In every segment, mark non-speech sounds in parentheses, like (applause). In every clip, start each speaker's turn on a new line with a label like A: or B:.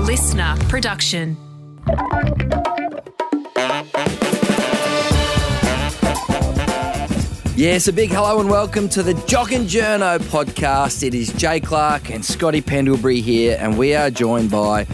A: listener production.
B: Yes, a big hello and welcome to the Jock and Journo podcast. It is Jay Clark and Scotty Pendlebury here, and we are joined by,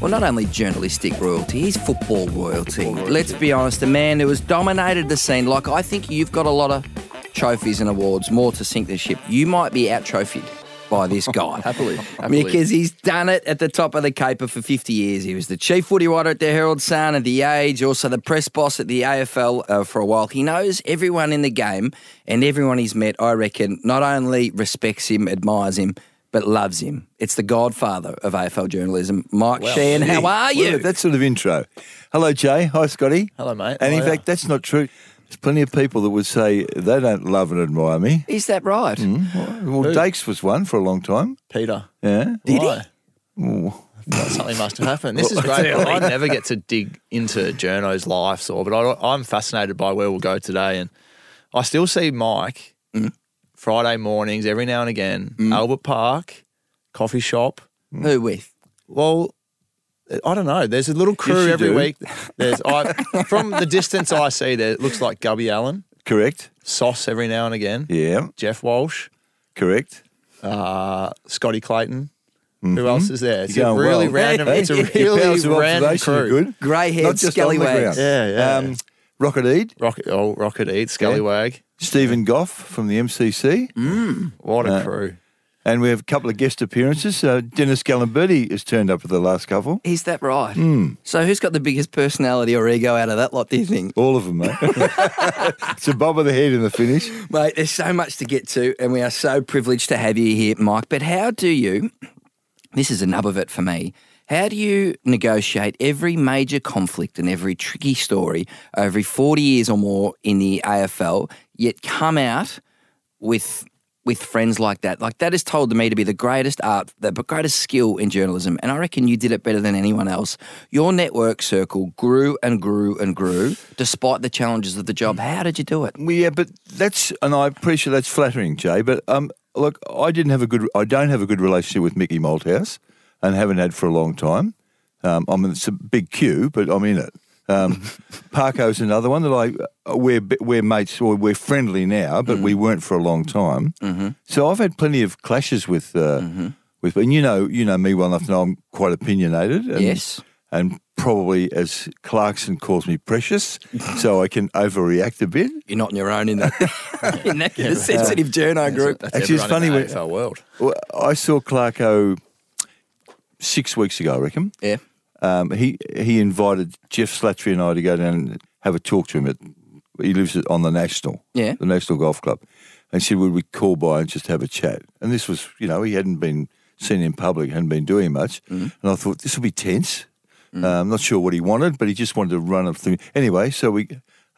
B: well, not only journalistic royalty, he's football royalty. Let's be honest, a man who has dominated the scene. Like, I think you've got a lot of trophies and awards, more to sink the ship. You might be out trophied by this guy.
C: (laughs) Happily, happily.
B: Because he's done it at the top of the caper for 50 years. He was the chief footy writer at the Herald Sun and the Age, also the press boss at the AFL uh, for a while. He knows everyone in the game and everyone he's met, I reckon, not only respects him, admires him, but loves him. It's the godfather of AFL journalism, Mike Sheehan. How are you?
D: Look, that sort of intro. Hello, Jay. Hi, Scotty.
C: Hello, mate.
D: And in
C: Hiya.
D: fact, that's not true. There's plenty of people that would say they don't love and admire me.
B: Is that right?
C: Mm-hmm.
D: Well, Dakes was one for a long time.
C: Peter.
D: Yeah.
C: Why? Something must have happened. This is great. I never get to dig into journos' lives, or but I, I'm fascinated by where we'll go today, and I still see Mike
D: Mm.
C: Friday mornings every now and again, Albert Park coffee shop.
B: Who with?
C: Well, I don't know. There's a little crew
D: you
C: every
D: do.
C: week. There's
D: (laughs)
C: I, from the distance I see there, it looks like Gubby Allen,
D: Correct.
C: Sauce every now and again,
D: Yeah.
C: Jeff Walsh.
D: Correct.
C: uh, Scotty Clayton. Who else is there? It's
D: Mm-hmm. You're
C: a
D: going
C: really
D: well.
C: random.
D: Hey,
C: It's a
D: your
C: really
D: powers of
C: random
D: observation are
C: crew.
D: Good.
B: Grey
D: Not
B: haired
D: just on the
B: scallywags.
D: ground.
C: Yeah, yeah.
D: Um, Rocket Ead,
C: Rocket, oh, Rocket Eat, Scallywag.
D: Stephen Goff from the MCC,
C: Mm. What a crew!
D: and we have a couple of guest appearances. Uh, Dennis Gallimberti has turned up at the last couple.
B: Is that right?
C: Mm.
B: So, who's got the biggest personality or ego out of that lot, do you think?
D: All of them, mate. (laughs) it's a bob of the head in the finish.
B: Mate, there's so much to get to, and we are so privileged to have you here, Mike. But how do you, this is a nub of it for me, how do you negotiate every major conflict and every tricky story over 40 years or more in the AFL, yet come out with with friends like that? Like, that is told to me to be the greatest art, the greatest skill in journalism. And I reckon you did it better than anyone else. Your network circle grew and grew and grew despite the challenges of the job. How did you do it?
D: Well, yeah, but that's, and I appreciate that's flattering, Jay. But um, look, I didn't have a good, I don't have a good relationship with Mickey Malthouse, and haven't had for a long time. Um, I mean, it's a big queue, but I'm in it. Um, Parko's another one that I uh, we're bi- we're mates or we're friendly now, but we weren't for a long time. Mm-hmm. So I've had plenty of clashes with uh, with, and you know, you know me well enough to know I'm quite opinionated. And,
B: Yes.
D: and probably as Clarkson calls me, precious. so I can overreact a bit.
B: you're not on your own in that
C: (laughs)
B: in that in the sensitive journo group.
C: That's
D: Actually, it's
C: everyone in
D: funny
C: the AFL world.
D: Well, I saw Clarko six weeks ago, I reckon.
B: Yeah.
D: Um, he he invited Jeff Slattery and I to go down and have a talk to him. At, he lives at- on the National,
B: Yeah.
D: the National Golf Club, and said would we call by and just have a chat. And this was, you know, he hadn't been seen in public, hadn't been doing much,
C: Mm-hmm.
D: and I thought this will be tense. Uh, I'm not sure what he wanted, but he just wanted to run up through. Anyway, so we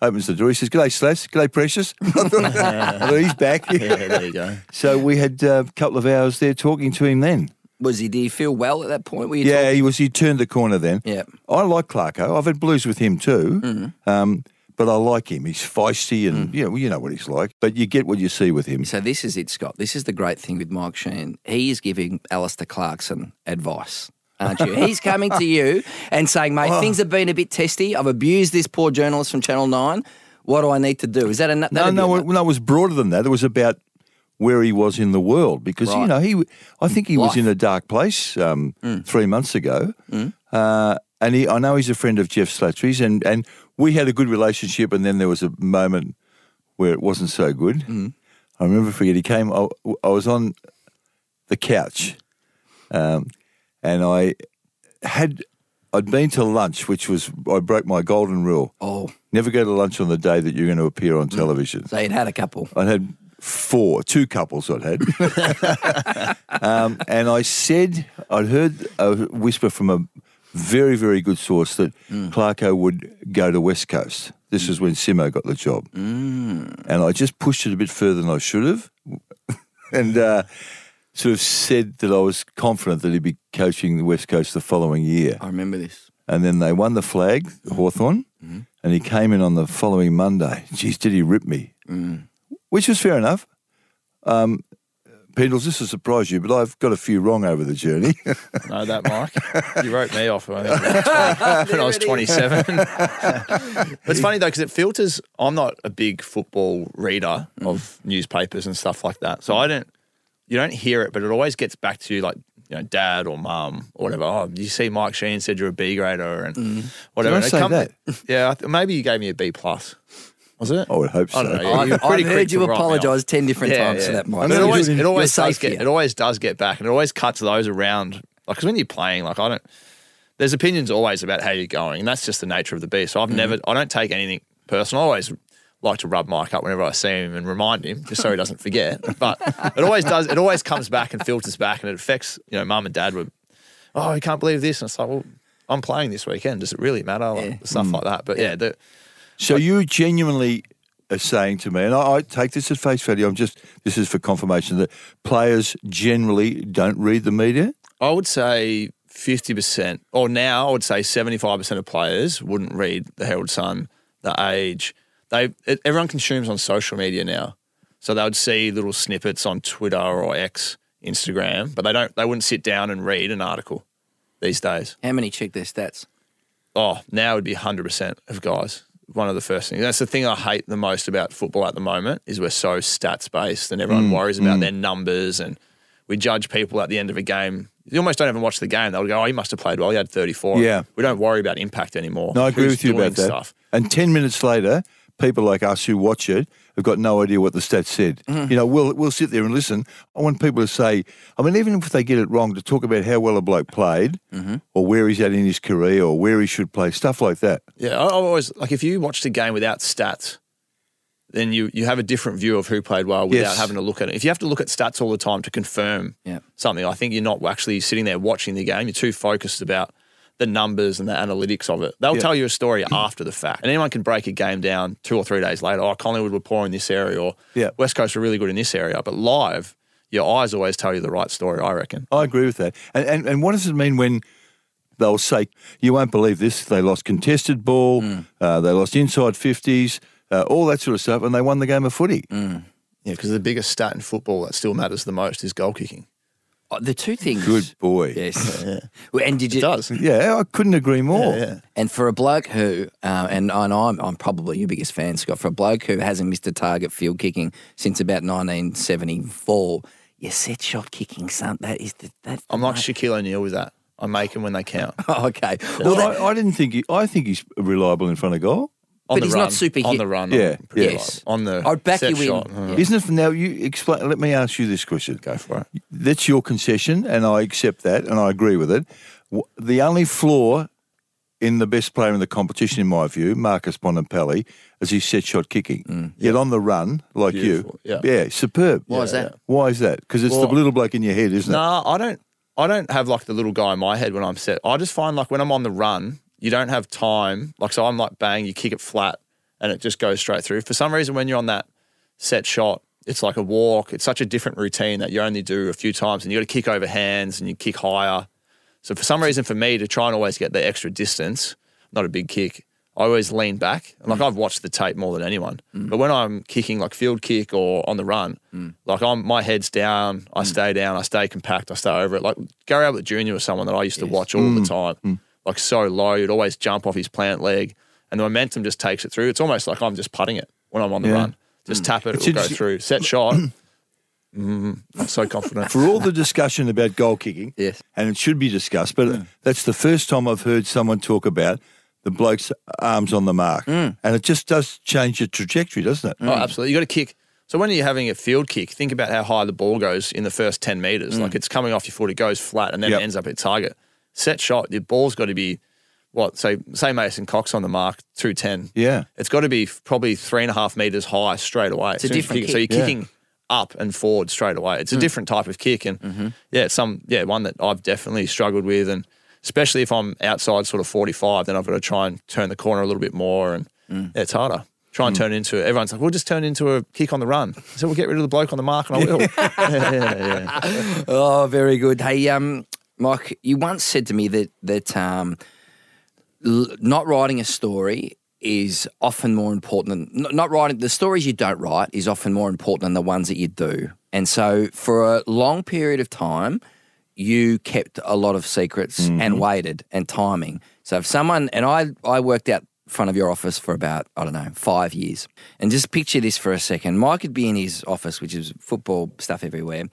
D: opens the door. He says, "G'day, Slats. G'day, Precious." (laughs) I thought, he's back.
C: (laughs) Yeah, there you go.
D: So we had uh, a couple of hours there talking to him then.
B: Was he? Did he feel well at that point? Were you
D: Yeah, he was. He turned the corner then.
B: Yeah.
D: I like Clarko. I've had blues with him too. Um, but I like him. He's feisty and yeah, well, you know what he's like. But you get what you see with him.
B: So this is it, Scott. This is the great thing with Mike Sheen. He is giving Alistair Clarkson advice. Aren't you? He's coming to you and saying,
C: Oh.
B: mate, things have been a bit testy. I've abused this poor journalist from Channel 9. What do I need to do? Is that enough?
D: No, no, it, no, it was broader than that. It was about where he was in the world because
B: Right.
D: you know he. I think he
B: Life.
D: was in a dark place um, three months ago, uh, and he. I know he's a friend of Jeff Slattery's, and and we had a good relationship, and then there was a moment where it wasn't so good. I remember, forget he came. I, I was on the couch, um, and I had. I'd been to lunch, which was I broke my golden rule.
B: Oh,
D: Never go to lunch on the day that you're going to appear on television.
B: so he'd had a couple.
D: I'd had four, two couples I'd had. um, and I said, I'd heard a whisper from a very, very good source that Clarko would go to West Coast. This was when Simo got the job. And I just pushed it a bit further than I should have (laughs) and uh, sort of said that I was confident that he'd be coaching the West Coast the following year.
B: I remember this.
D: And then they won the flag, Hawthorn, and he came in on the following Monday. Geez, did he rip me? Which was fair enough. Um, Pendles, this will surprise you, but I've got a few wrong over the journey.
C: Know that, Mike? (laughs) you wrote me off when
B: (laughs)
C: I think when I was 27. But it's funny though because it filters. I'm not a big football reader
D: Mm.
C: of newspapers and stuff like that, so I don't. You don't hear it, but it always gets back to you, like you know, dad or mum or whatever. Oh, you see, Mike Sheen said you're a B grader and
D: Mm. Did
C: whatever.
D: I
C: And it
D: say
C: come-
D: that?
C: Yeah, I th- maybe you gave me a B plus. Was it?
D: I would hope so.
C: I don't know.
D: I-
C: You're
B: I've,
C: pretty
B: I've
C: quick
B: heard
C: to
B: you
C: write me off.
B: apologise ten different
C: Yeah,
B: times
C: yeah.
B: for that, Mike.
D: I'm
C: But it
D: You're
C: always,
D: doing-
C: it always
B: you're
C: does
B: safe
C: get,
B: here.
C: it always does get back, and it always cuts those around. Like, because when you're playing, like I don't, there's opinions always about how you're going, and that's just the nature of the beast. So
B: Mm-hmm.
C: I've never, I don't take anything personal. I always like to rub Mike up whenever I see him and remind him, just so he doesn't forget. But it always does. It always comes back and filters back, and it affects you know, mum and dad were, oh, you can't believe this, and it's like, well, I'm playing this weekend. Does it really matter? Like, Stuff
B: Mm.
C: like that. But yeah, the,
D: So you genuinely are saying to me, and I, I take this at face value. I'm just this is for confirmation that players generally don't read the media.
C: I would say 50%, or now I would say 75% of players wouldn't read the Herald Sun, The Age. They it, Everyone consumes on social media now. So they would see little snippets on Twitter or X, Instagram, but they don't. They wouldn't sit down and read an article these days.
B: How many check their stats?
C: Oh, now it would be 100% of guys. One of the first things. That's the thing I hate the most about football at the moment is we're so stats based and everyone
D: Mm,
C: worries about their numbers and we judge people at the end of a game. You almost don't even watch the game. They'll go, "Oh, he must have played well. He had 34."
D: Yeah.
C: we don't worry about impact anymore.
D: No, I agree
C: Who's
D: with you
C: doing
D: about that.
C: Stuff.
D: And ten minutes later, people like us who watch it have got no idea what the stats said.
C: Mm.
D: You know, we'll we'll sit there and listen. I want people to say, I mean, even if they get it wrong, to talk about how well a bloke played,
C: Mm-hmm.
D: or where he's at in his career, or where he should play, stuff like that.
C: Yeah, I I always like if you watched a game without stats, then you you have a different view of who played well without
D: Yes.
C: having to look at it. If you have to look at stats all the time to confirm
B: Yeah.
C: something, I think you're not actually sitting there watching the game. You're too focused about the numbers and the analytics of it. They'll
D: Yeah.
C: tell you a story after the fact, and anyone can break a game down two or three days later. Oh, Collingwood were poor in this area, or
D: Yeah.
C: West Coast were really good in this area. But live, your eyes always tell you the right story. I reckon.
D: I agree with that. And, and and what does it mean when they'll say you won't believe this? They lost contested ball,
C: Mm.
D: uh, they lost inside fifties, uh, all that sort of stuff, and they won the game of footy.
C: Mm. Yeah, because the biggest stat in football that still matters the most is goal kicking.
B: Oh, the two things.
D: Good boy.
B: Yes.
C: (laughs)
B: Well, And did you?
C: It does.
D: Yeah, I couldn't agree more.
C: yeah.
B: And for a bloke who, uh, and, and I'm, I'm probably your biggest fan, Scott, for a bloke who hasn't missed a target field kicking since about 1974, your set shot kicking, son, that is the. That,
C: I'm like Shaquille O'Neal with that. I make them when they count.
B: Oh, (laughs) okay.
D: Well,
B: Well, that,
D: I, I didn't think he, I think he's reliable in front of goal.
B: But
C: On the
B: he's
C: run,
B: not super
C: on
B: hit.
C: the run.
D: Yeah,
C: I'm pretty
B: yes.
C: reliable. On the
B: I'd back
C: set
B: you in.
C: shot.
B: Yeah.
D: Isn't it? Now you explain. Let me ask you this question.
C: Go for it.
D: That's your concession, and I accept that, and I agree with it. W- The only flaw in the best player in the competition, in my view, Marcus Bonampelli, is his set shot kicking.
B: Mm,
D: Yet on the run, like
C: Beautiful,
D: you,
C: yeah.
D: superb.
B: Why is that? Yeah.
D: Why is that? Because it's
C: Well-
D: the little bloke in your head, isn't it?
C: Nah, I don't. I don't have like the little guy in my head when I'm set. I just find like when I'm on the run, you don't have time. Like so, I'm like bang, you kick it flat, and it just goes straight through. For some reason, when you're on that set shot, it's like a walk. It's such a different routine that you only do a few times, and you got to kick over hands and you kick higher. So for some reason, for me to try and always get the extra distance, not a big kick, I always lean back. And like
D: Mm.
C: I've watched the tape more than anyone, but when I'm kicking like field kick or on the run,
D: Mm.
C: like I'm my head's down, I stay down, I stay compact, I stay over it. Like Gary Ablett Jr. was someone that I used to watch all
D: Mm.
C: the time, like so low, he'd always jump off his plant leg, and the momentum just takes it through. It's almost like I'm just putting it when I'm on the
D: Yeah. Mm.
C: run. Just tap it,
D: It's
C: it'll go
D: interesting- (coughs)
C: through. Set shot. Mm, I'm so confident.
D: For all the discussion about goal kicking,
B: Yes.
D: and it should be discussed, but that's the first time I've heard someone talk about the bloke's arms on the mark, and it just does change the trajectory, doesn't it?
C: Oh, absolutely. You got to kick. So when you're having a field kick, think about how high the ball goes in the first 10 meters. Like it's coming off your foot, it goes flat and then
D: Yep.
C: it ends up at target. Set shot, your ball's got to be what? Say, say Mason Cox on the mark, 210.
D: Yeah.
C: It's got to be f- probably three and a half meters high straight away. It's
B: a
C: you
B: different
C: kick it. So you're
B: kick.
D: Yeah. Hmm.
C: kicking up and forward straight away. It's a different type of kick, and
D: Mm-hmm.
C: yeah, it's some yeah one that I've definitely struggled with, and especially if I'm outside sort of 45, then I've got to try and turn the corner a little bit more, and
D: Hmm.
C: yeah, it's harder. Try and turn it into everyone's like, we'll just turn it into a kick on the run. So we'll get rid of the bloke on the mark, and I
D: (laughs)
C: will. (laughs)
B: oh, very good. Hey, um, Mike, you once said to me that, that um, l- not writing a story is often more important than n- not writing the stories you don't write is often more important than the ones that you do. And so for a long period of time, you kept a lot of secrets and waited and timing. So if someone and I I worked out front of your office for about, I don't know, five years. And just picture this for a second. Mike would be in his office, which is football stuff everywhere,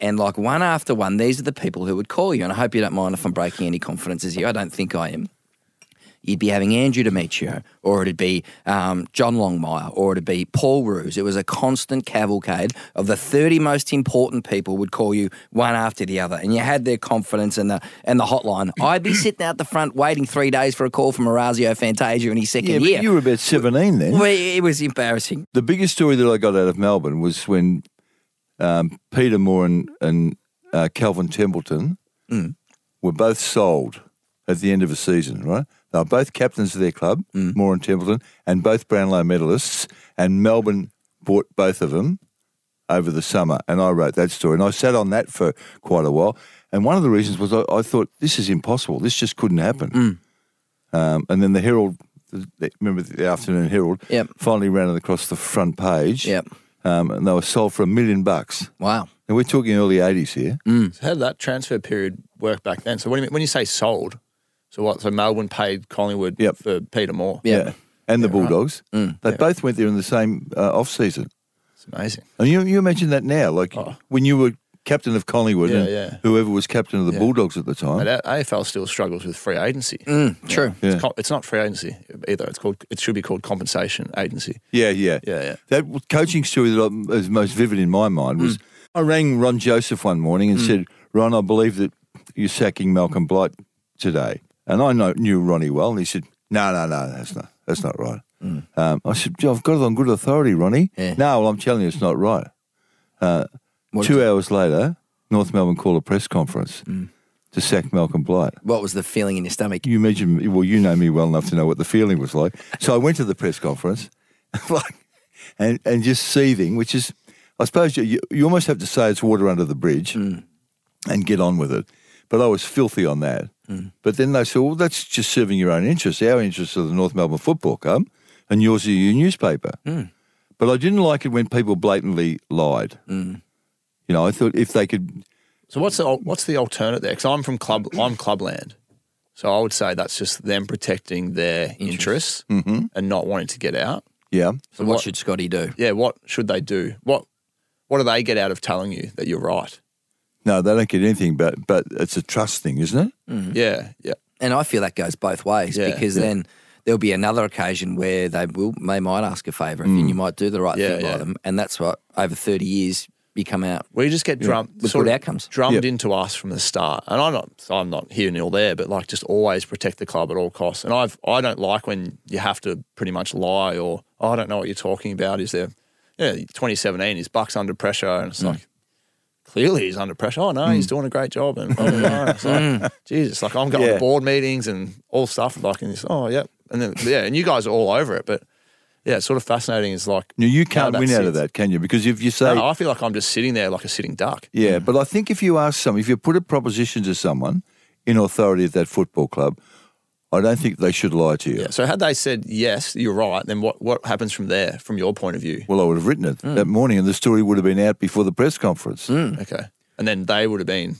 B: and like one after one, these are the people who would call you. And I hope you don't mind if I'm breaking any confidences here. I don't think I am you'd be having Andrew Demetrio, or it'd be um, John Longmire, or it'd be Paul Ruse. It was a constant cavalcade of the 30 most important people would call you one after the other, and you had their confidence and the and the
D: (clears throat)
B: hotline. I'd be sitting out the front waiting three days for a call from Orazio Fantasia in his second
D: Yeah, but
B: year.
D: you were about 17
B: (laughs)
D: then.
B: Well, it was embarrassing.
D: The biggest story that I got out of Melbourne was when um, Peter Moore and, and uh, Calvin Templeton
B: Mm.
D: were both sold at the end of a season, right? They were both captains of their club,
B: Mm.
D: Moore and Templeton, and both Brownlow medalists, and Melbourne bought both of them over the summer. And I wrote that story, and I sat on that for quite a while. And one of the reasons was I, I thought, this is impossible. This just couldn't happen.
B: Mm.
D: Um, and then the Herald, the, the- remember the afternoon Herald,
B: Yep.
D: finally ran it across the front page.
B: Yep.
D: Um, and they were sold for a million bucks.
B: Wow.
D: And we're talking early 80s here.
C: So how did that transfer period work back then? So what do you mean, when you say sold? So what? So Melbourne paid Collingwood
D: Yep.
C: for Peter Moore.
B: Yeah.
D: And the Bulldogs.
C: Mm,
D: They both went there in the same uh, off season.
C: it's amazing.
D: And you, you imagine that now, like when you were captain of Collingwood
C: Oh. Yeah,
D: and
C: yeah.
D: whoever was captain of the
C: Yeah.
D: Bulldogs at the
C: But
D: time.
C: A- AFL still struggles with free agency.
D: Hmm.
B: True.
D: Yeah.
C: It's, co- it's not free agency either. It's called. It should be called compensation agency.
D: Yeah, yeah.
C: Yeah, yeah.
D: That w- coaching story that I- is most vivid in my mind was I rang Ron Joseph one morning and said, Ron, I believe that you're sacking Malcolm Blight today. And I know, knew Ronnie well. And he said, No, no, no, that's not, that's not right. Um, I said, "Gee, I've got it on good authority, Ronnie.
B: Yeah.
D: No, well, I'm telling you, it's not right. Uh,
B: What,
D: Two hours later, North Melbourne called a press conference to sack Malcolm Blight.
B: what was the feeling in your stomach?
D: You imagine, well, you know me well enough to know what the feeling was like. So I went to the press conference, (laughs) like, and, and just seething, which is, I suppose you, you almost have to say it's water under the bridge and get on with it. But I was filthy on that. But then they said, well, that's just serving your own interests. Our interests are the North Melbourne Football Club, and yours are your newspaper. But I didn't like it when people blatantly lied. You know, I thought if they could,
C: So what's the al- what's the alternate there? Because I'm from club. I'm clubland. So I would say that's just them protecting their interests and not wanting to get out.
D: yeah.
B: So what,
C: what-
B: should Scotty do?
C: Yeah. What should they do? What What do they get out of telling you that you're right?
D: No, they don't get anything, but but it's a trust thing, isn't it?
C: Yeah. Yeah.
B: And I feel that goes both ways
C: Yeah,
B: because then therell be another occasion where they will they might ask a favour of you and you might do the right
C: Yeah,
B: thing by
C: yeah.
B: them. And that's what over thirty years you come out.
C: We just get drummed
B: With
C: sort
B: good
C: of
B: outcomes.
C: drummed
D: Yep.
C: into us from the start. And I'm not I'm not here nil there, but like just always protect the club at all costs. And I've I don't like when you have to pretty much lie or oh, I don't know what you're talking about. Is there yeah, 2017 is Bucks under pressure and
D: Mm.
C: it's like clearly he's under pressure. Oh no, he's doing a great job and blah, blah, blah. It's like Jesus, like I'm going
D: Mm. Yeah.
C: to board meetings and all stuff like and it's oh yeah. And then yeah, and you guys are all over it, but yeah, it's sort of fascinating is like
D: No, you
C: how
D: can't
C: that
D: win out of
C: sits.
D: that, can you? Because if you say,
C: No, I Mm. feel like I'm just sitting there like a sitting duck.
D: yeah, but I think if you ask some, if you put a proposition to someone in authority at that football club, I don't think they should lie to you.
C: Yeah. So had they said yes, you're right, then what, what happens from there, from your point of view?
D: Well, I would have written it
C: Mm.
D: that morning, and the story would have been out before the press conference.
C: Okay. And then they would have been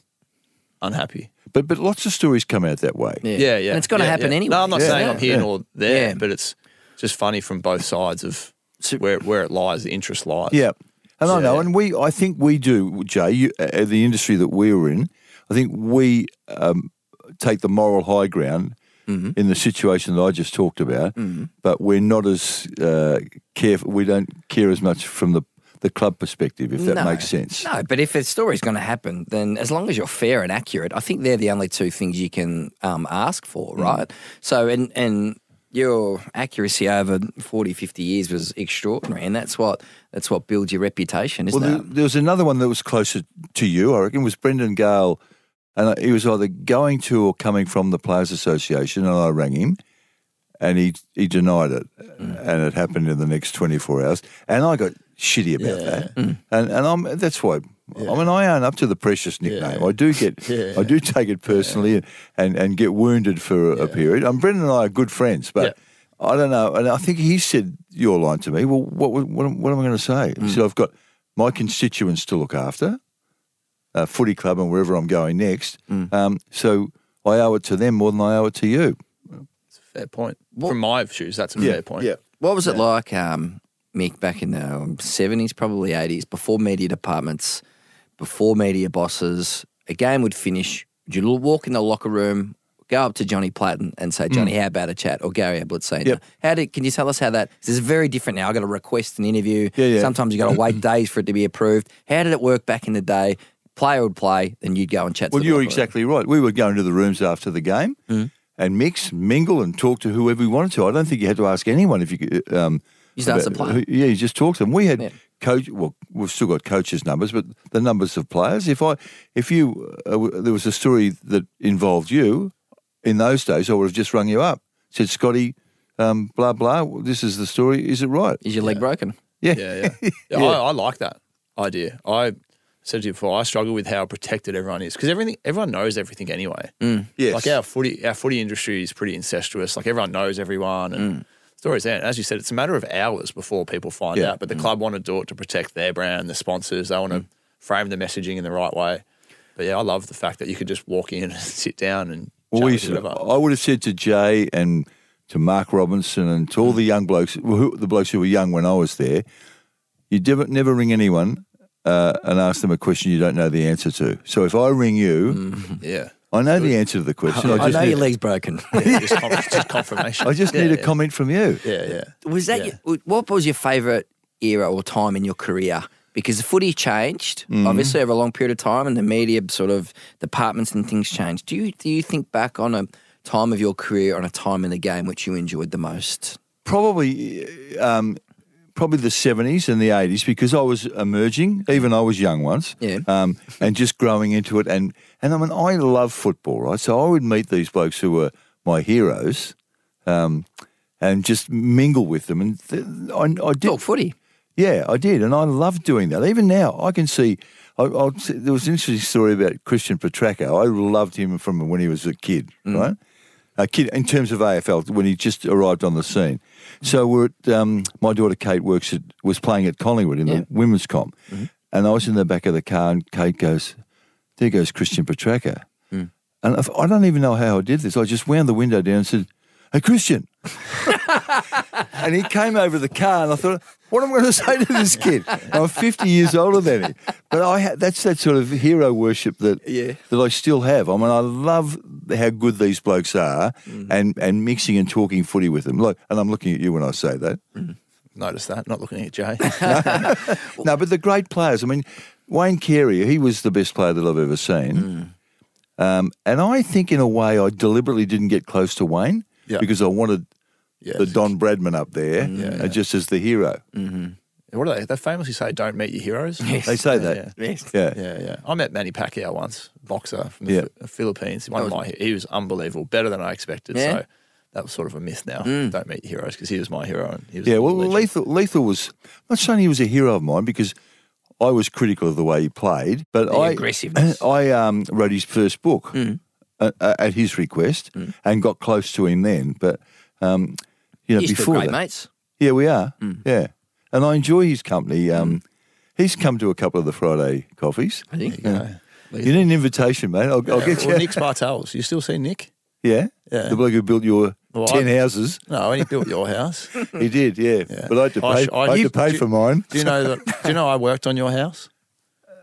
C: unhappy.
D: But but lots of stories come out that way.
C: Yeah, yeah.
B: And it's going to
C: yeah,
B: happen
C: yeah.
B: anyway.
C: No, I'm not
D: Yeah,
C: saying I'm
D: yeah,
C: here
D: yeah.
C: nor there,
B: Yeah.
C: but it's just funny from both sides of where, where it lies, the interest lies.
D: Yeah, and I know,
C: Yeah.
D: and we, I think we do, Jay. You, uh, the industry that we are in, I think we um, take the moral high ground
B: Mm-hmm.
D: in the situation that I just talked about, but we're not as uh, careful. We don't care as much from the the club perspective, if that
B: No.
D: makes sense.
B: No, but if a story's going to happen, then as long as you're fair and accurate, I think they're the only two things you can um, ask for, right? So, and and your accuracy over 40, 50 years was extraordinary, and that's what that's what builds your reputation, isn't
D: Well, there,
B: it?
D: there was another one that was closer to you, I reckon, was Brendan Gale. And uh, he was either going to or coming from the Players Association, and I rang him, and he he denied it,
C: Mm.
D: and it happened in the next twenty four hours, and I got shitty about that,
C: Mm.
D: and and I'm that's why I mean I own up to the precious nickname. I do
C: (laughs)
D: get I do take it personally, and, and and get wounded for a- a period. And Brendan and I are good friends, but.
C: Mm.
D: I don't know, and I think he said your line to me. Well, what what, what am I going to say? He said, "I've got my constituents to look after, uh, footy club and wherever I'm going next.
C: Mm.
D: Um, so I owe it to them more than I owe it to you.
C: Fair point. From my shoes, that's a fair point.
B: What was it like, um, Mick, back in the seventies, probably eighties, before media departments, before media bosses? A game would finish. Would you walk in the locker room, go up to Johnny Platten and say, "Johnny, how about a chat?" Or Gary Ablett
D: Hmm. Yep.
B: "How did? Can you tell us how that? 'cause This is very different now. I got to request an interview.
D: Yeah, yeah.
B: Sometimes you got to
D: (clears throat)
B: wait days for it to be approved. How did it work back in the day? Player would play, then you'd go and chat.
D: Well,
B: to the
D: you're
B: locker room.
D: exactly right. We would go into the rooms after the game
C: Mm.
D: and mix, mingle, and talk to whoever we wanted to. I don't think you had to ask anyone if you. could, Um,
B: You just asked
D: about-
B: the player.
D: Yeah, you just talk to them. We had
B: Yeah.
D: coach. Well, we've still got coaches' numbers, but the numbers of players. If I, if you, uh, w- there was a story that involved you, in those days, I would have just rung you up. Said Scotty, um, blah blah. This is the story. Is it right?
B: Is your leg broken?
C: Yeah, yeah. yeah, I, I like that idea. I said to you before, I struggle with how protected everyone is because everything, everyone knows everything anyway.
D: Yes.
C: Like our footy, our footy industry is pretty incestuous. Like everyone knows everyone
D: Mm.
C: and stories there. And as you said, it's a matter of hours before people find
D: Yeah. Mm.
C: out. But the club want to do it to protect their brand, the sponsors. They want to frame the messaging in the right way. But yeah, I love the fact that you could just walk in (laughs) and sit down and
D: Well, we
C: chat with
D: used to,
C: whoever.
D: I would have said to Jay and to Mark Robinson and to all the young blokes, who, the blokes who were young when I was there, you never, never ring anyone uh, and ask them a question you don't know the answer to. So if I ring you,
C: yeah.
D: I know the answer to the question. I
B: I
D: just
B: know
D: need,
B: your leg's broken.
C: Just, con- just (laughs) confirmation.
D: I just
C: yeah,
D: need a
C: yeah.
D: comment from you.
C: Yeah, yeah.
B: Was that
C: Yeah.
B: your, what was your favourite era or time in your career? Because the footy changed
D: Mm.
B: obviously over a long period of time, and the media sort of departments and things changed. Do you do you think back on a time of your career on a time in the game which you enjoyed the most?
D: probably um, probably the seventies and the eighties because I was emerging. Even I was young once,
B: Yeah.
D: um, and just growing into it. And and I mean, I love football, right? So I would meet these blokes who were my heroes, um, and just mingle with them. And th- I, I did
B: Talk footy.
D: yeah, I did, and I love doing that. Even now, I can see. I, I'll, see- there was an interesting story about Christian Petracco. I loved him from when he was a kid, right? A kid in terms of AFL when he just arrived on the scene. So we're at, um, my daughter Kate works at was playing at Collingwood in
B: Yeah.
D: the women's comp, and I was in the back of the car, and Kate goes, "There goes Christian Petracco," and if, I don't even know how I did this. I just wound the window down and said, "Hey, Christian." and he came over the car, and I thought, what am I going to say to this kid? I'm 50 years older than him, but I ha- that's that sort of hero worship that
B: Yeah.
D: that I still have. I mean, I love how good these blokes are, and and mixing and talking footy with them. Look, and I'm looking at you when I say that.
C: Notice that. Not looking at
D: (laughs)
C: Jay.
D: No, but the great players. I mean, Wayne Carey, he was the best player that I've ever seen. Um, and I think, in a way, I deliberately didn't get close to Wayne
C: Yeah.
D: because I wanted
C: Yeah.
D: the Don Bradman up there, uh,
C: yeah.
D: just as the hero.
C: What do they? They famously say, "Don't meet your heroes."
D: They say that.
B: Yes.
D: Yeah.
C: Yeah, yeah. I met Manny Pacquiao once, boxer from the
D: Yeah.
C: Phi- Philippines. One of my, he was unbelievable, better than I expected.
B: Yeah.
C: So that was sort of a myth. Now, don't meet your heroes because he was my hero and he was
D: Mm. Yeah,
C: a
D: well,
C: legend.
D: Lethal, Lethal was. I'm not saying he was a hero of mine because I was critical of the way he played, but
B: The
D: I
B: aggressiveness.
D: (clears throat) I um, wrote his first book uh, uh, at his request and got close to him then. But um, you know,
B: You're still
D: before
B: great
D: that,
B: mates.
D: yeah, we are.
C: Hmm.
D: Yeah, and I enjoy his company. Um, He's come to a couple of the Friday coffees.
B: I think.
C: Yeah.
D: You need an invitation, mate. I'll, I'll get
C: Well,
D: you.
C: Nick Bartels. You still see Nick?
D: Yeah?
C: Yeah.
D: the bloke who built your
C: Well,
D: ten
C: I-
D: houses.
C: No, when he built
D: (laughs)
C: your house.
D: He did, yeah.
C: Yeah.
D: But I had to pay.
C: I
D: I,
C: sh- I-
D: had
C: you-
D: to pay
C: do-
D: for mine.
C: Do you know that? Do you know I worked on your house?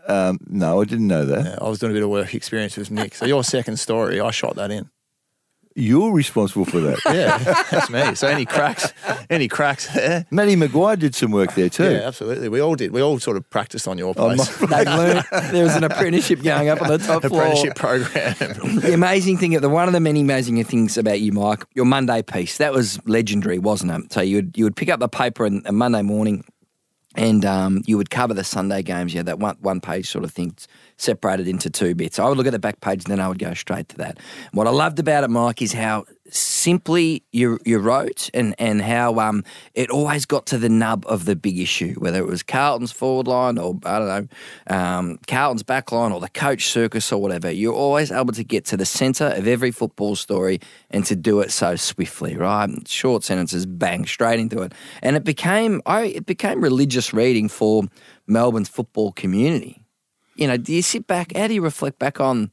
D: Um, no, I didn't know that.
C: Yeah, I was doing a bit of work experience with Nick. So your second story, I shot that in.
D: You're responsible for
C: (laughs)
D: that.
C: Yeah, that's me. So any cracks, any cracks there?
D: Matty Maguire did some work there too.
C: Yeah, absolutely. We all did. We all sort of practiced on your
D: On (laughs)
C: place. (laughs)
D: my-
B: They learned there was an apprenticeship going up on the
D: (laughs)
B: top floor.
C: apprenticeship
B: (laughs)
C: program.
B: the amazing thing, the one of the many amazing things about you, Mike, your Monday piece that was legendary, wasn't it? So you would you would pick up the paper on a Monday morning, and um, you would cover the Sunday games. Yeah, that one one page sort of thing. separated into two bits. I would look at the back page and then I would go straight to that. What I loved about it, Mike, is how simply you you wrote and and how um it always got to the nub of the big issue, whether it was Carlton's forward line or I don't know um, Carlton's back line or the coach circus or whatever. You're always able to get to the centre of every football story and to do it so swiftly, right? Short sentences, bang, straight into it, and it became I it became religious reading for Melbourne's football community. You know, do you sit back? How do you reflect back on?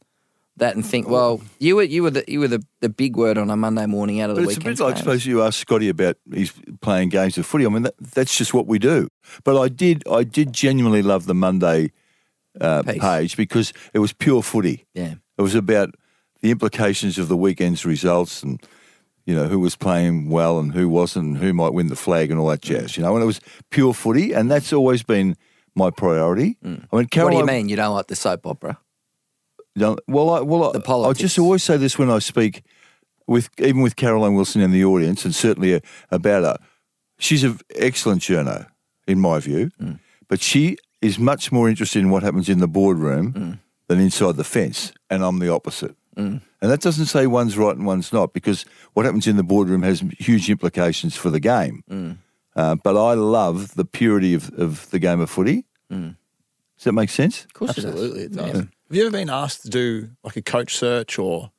B: that and think, well, you were you were the you were the, the big word on a Monday morning out of
D: But
B: the
D: it's a
B: weekend.
D: bit like, suppose you asked Scotty about he's playing games of footy. I mean, that, that's just what we do. But I did, I did genuinely love the Monday uh,
B: Piece.
D: page because it was pure footy.
B: Yeah.
D: It was about the implications of the weekend's results and you know who was playing well and who wasn't, and who might win the flag and all that jazz. You know, and it was pure footy, and that's always been my priority. I mean,
B: Mm. what
D: Caroline,
B: do you mean you don't like the soap opera?
D: no, well, I, well,
B: The
D: I, I
B: politics.
D: just always say this when I speak with even with Caroline Wilson in the audience, and certainly uh, about her. She's an excellent journo, in my view,
B: Mm.
D: but she is much more interested in what happens in the boardroom
B: Mm.
D: than inside the fence, and I'm the opposite. And that doesn't say one's right and one's not, because what happens in the boardroom has huge implications for the game.
B: Mm.
D: Uh, but I love the purity of, of the game of footy.
B: Mm.
D: Does that make sense?
B: Of course
C: Absolutely, it does. Have you ever been asked to do like a coach search or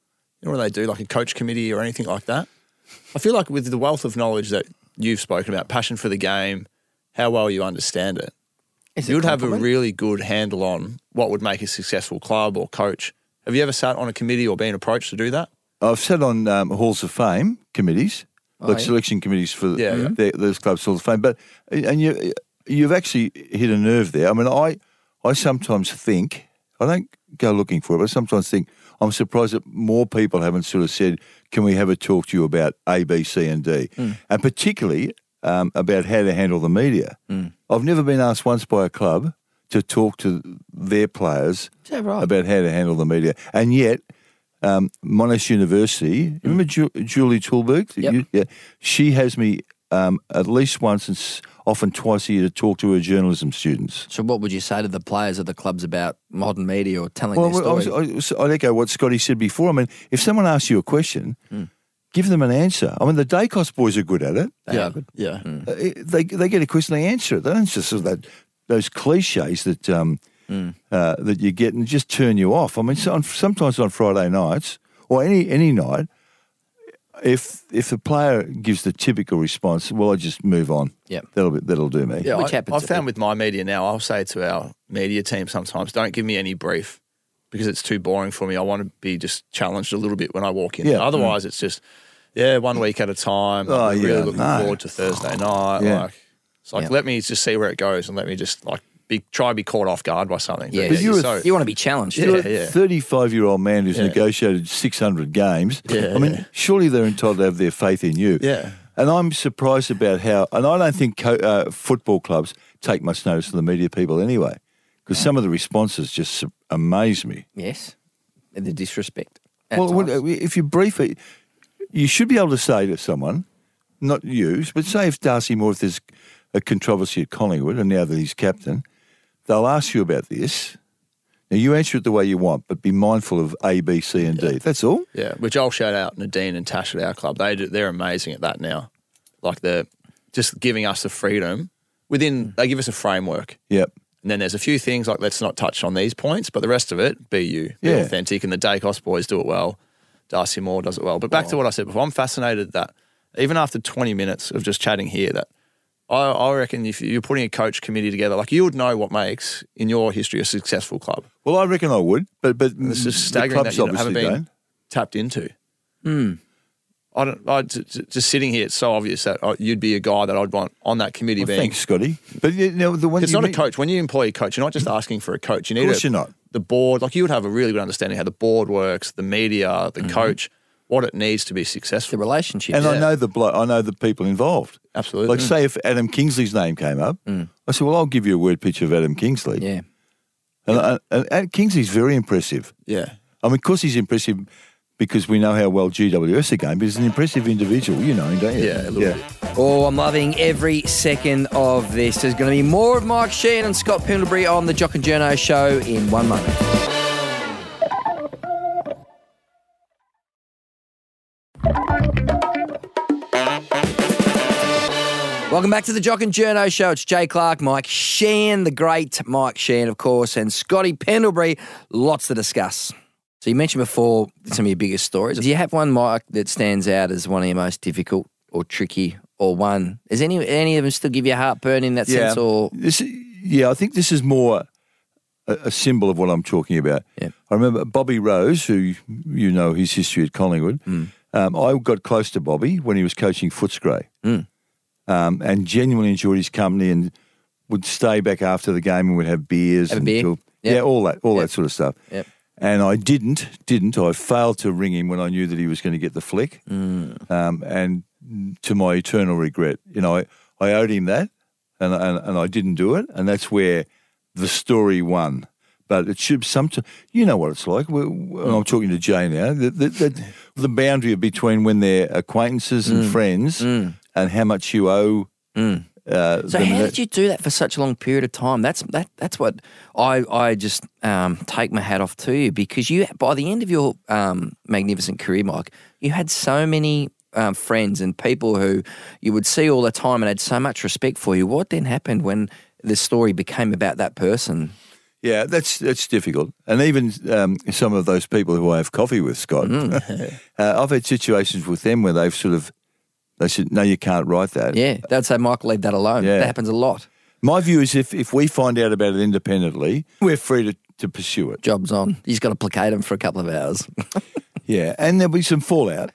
C: you know what they do, like a coach committee or anything like that? I feel like with the wealth of knowledge that you've spoken about, passion for the game, how well you understand it,
B: Is it
C: you would have a
B: compliment?
C: really good handle on what would make a successful club or coach. Have you ever sat on a committee or been approached to do that?
D: I've sat on um, halls of fame committees, like
B: yeah.
D: selection committees for
C: Yeah, yeah.
D: the, those clubs' halls of fame. But and you you've actually hit a nerve there. I mean, I I sometimes think I don't go looking for it, but I sometimes think I'm surprised that more people haven't sort of said, "Can we have a talk to you about A, B, C, and D,"
C: Hmm.
D: and particularly um, about how to handle the media.
C: Hmm.
D: I've never been asked once by a club to talk to their players
B: Is that right?
D: about how to handle the media. And yet, um, Monash University, remember Ju- Julie Tulberg?
B: Mm. Yep.
D: You- yeah, she has me um, at least once and s- often twice a year to talk to her journalism students.
B: So what would you say to the players of the clubs about modern media or telling
D: Well,
B: their
D: I,
B: story?
D: was, I, was- I'd echo what Scotty said before. I mean, if someone asks you a question,
B: Mm.
D: give them an answer. I mean, the Dacos boys are good at it.
B: They are good.
C: Yeah.
D: Uh, they they get a question, they answer it. They don't just sort of that those cliches that um, uh, that you get and just turn you off. I mean, so on, sometimes on Friday nights or any any night, if if the player gives the typical response, well, I just move on.
B: Yep.
D: that'll be, that'll do me.
C: Yeah,
B: Which
C: I,
B: happens
C: I've
B: a
C: found with my media now, I'll say to our media team sometimes, don't give me any brief because it's too boring for me. I want to be just challenged a little bit when I walk in.
D: Yeah. Mm.
C: Otherwise, it's just, yeah, one week at a time.
D: Oh,
C: I'm really
D: yeah,
C: looking
D: no.
C: forward to Thursday night.
D: Yeah.
C: Like, it's like,
B: Yeah.
C: let me just see where it goes and let me just like be, try to be caught off guard by something.
B: yeah,
D: But
B: you,
D: you're
C: so-
B: want to be challenged.
C: Yeah.
D: You're a 35 year old man who's
C: Yeah.
D: negotiated 600 games.
C: Yeah,
D: I mean,
C: yeah.
D: surely they're entitled to have their faith in you.
C: Yeah.
D: And I'm surprised about how, and I don't think co- uh, football clubs take much notice of the media people anyway, because some of the responses just su- amaze me.
B: Yes, and the disrespect. at
D: Well,
B: times.
D: well, if you brief it, you should be able to say to someone, not you, but say if Darcy Moore, if there's a controversy at Collingwood, and now that he's captain, they'll ask you about this. Now you answer it the way you want, but be mindful of A, B, C, and D. That's all.
C: Yeah, which I'll shout out Nadine and Tash at our club. They do, they're amazing at that now. Like they're just giving us the freedom within. They give us a framework,
D: Yep.
C: and then there's a few things like let's not touch on these points, but the rest of it, be you, be
D: Yeah.
C: authentic. And the Dacos boys do it well. Darcy Moore does it well. But
D: Oh.
C: back to what I said before, I'm fascinated that even after 20 minutes of just chatting here, that I, I reckon if you're putting a coach committee together, like you would know what makes in your history a successful club.
D: Well, I reckon I would, but but
C: It's
D: Mm. the
C: just staggering that
D: clubs
C: you
D: obviously
C: haven't been
D: don't. Hmm.
C: tapped into. I don't. I, j- j- just sitting here, it's so obvious that I, you'd be a guy that I'd want on that committee.
D: Well,
C: being
D: thanks, Scotty. But you know, the one
C: it's
D: you
C: not a
D: meet-
C: coach. When you employ a coach, you're not just asking for a coach. You need
D: course
C: a,
D: you're not.
C: the board. Like you would have a really good understanding how the board works, the media, the coach, what it needs to be
B: the
C: successful.
B: relationship.
D: And I
C: Yeah.
D: know the blo- I know the people involved.
C: Absolutely.
D: Like, say if Adam Kingsley's name came up,
C: Mm.
D: I said, "Well, I'll give you a word picture of Adam Kingsley."
B: yeah,
D: And, and, and Kingsley's very impressive.
C: yeah.
D: I mean, of course, he's impressive because we know how well GWS are going. But he's an impressive individual, you know, don't you?
C: Yeah, a little bit.
B: Oh, I'm loving every second of this. There's going to be more of Mike Sheehan and Scott Pendlebury on the Jock and Journo show in one moment. Welcome back to the Jock and Journo show. It's Jay Clark, Mike Sheehan, the great Mike Sheehan, of course, and Scotty Pendlebury. Lots to discuss. So you mentioned before some of your biggest stories. Do you have one, Mike, that stands out as one of your most difficult or tricky, or one? Is any any of them still give you heartburn in that sense? Or
D: This, yeah, I think this is more a, a symbol of what I'm talking about.
B: Yeah.
D: I remember Bobby Rose, who you know his history at Collingwood.
B: Hmm.
D: Um, I got close to Bobby when he was coaching Footscray,
B: Hmm.
D: um, and genuinely enjoyed his company and would stay back after the game and would have beers
B: Have a
D: and
B: beer.
D: talk-
B: Yep.
D: yeah, all that, all
B: Yep.
D: that sort of stuff.
B: Yep.
D: And I didn't, didn't. I failed to ring him when I knew that he was going to get the flick.
B: Hmm.
D: Um, and to my eternal regret, you know, I, I owed him that and, and, and I didn't do it. And that's where the story won. But it should sometimes, you know what it's like. We, and I'm talking to Jay now. The, the, the, the boundary between when they're acquaintances
B: Mm.
D: and friends and how much you owe. Uh,
B: so
D: them
B: how
D: that-
B: did you do that for such a long period of time? That's that that's what I I just um, take my hat off to you because you by the end of your um, magnificent career, Mike, you had so many. Um, friends and people who you would see all the time and had so much respect for you. What then happened when the story became about that person?
D: Yeah, that's that's difficult, and even um, some of those people who I have coffee with, Scott,
B: Mm.
D: (laughs) uh, I've had situations with them where they've sort of they said, "No, you can't write that."
B: Yeah, they'd say, Mike, leave that alone.
D: Yeah.
B: That happens a lot.
D: My view is, if if we find out about it independently, we're free to, to pursue it.
B: Job's on. You just got to placate him for a couple of hours. (laughs)
D: Yeah, and there'll be some fallout,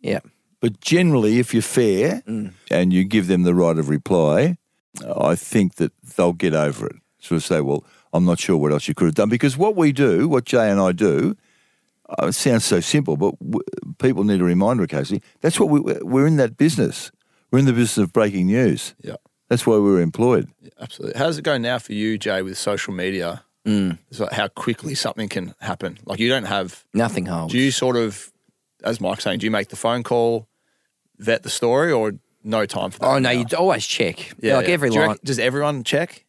B: yeah.
D: but generally, if you're fair and you give them the right of reply, I think that they'll get over it. Sort of say, "Well, I'm not sure what else you could have done," because what we do, what Jay and I do, Oh, it sounds so simple, but w- people need a reminder occasionally. That's what we, we're in that business. We're in the business of breaking news.
C: Yeah.
D: That's why we're employed.
C: Absolutely. How's it going now for you, Jay, with social media? Mm. It's like how quickly something can happen. Like you don't have.
B: Nothing holds.
C: Do you sort of, as Mike's saying, do you make the phone call, vet the story, or no time for that?
B: oh, no,
C: now?
B: you always check. Yeah. Like every
C: Do you
B: line.
C: reckon- does everyone check,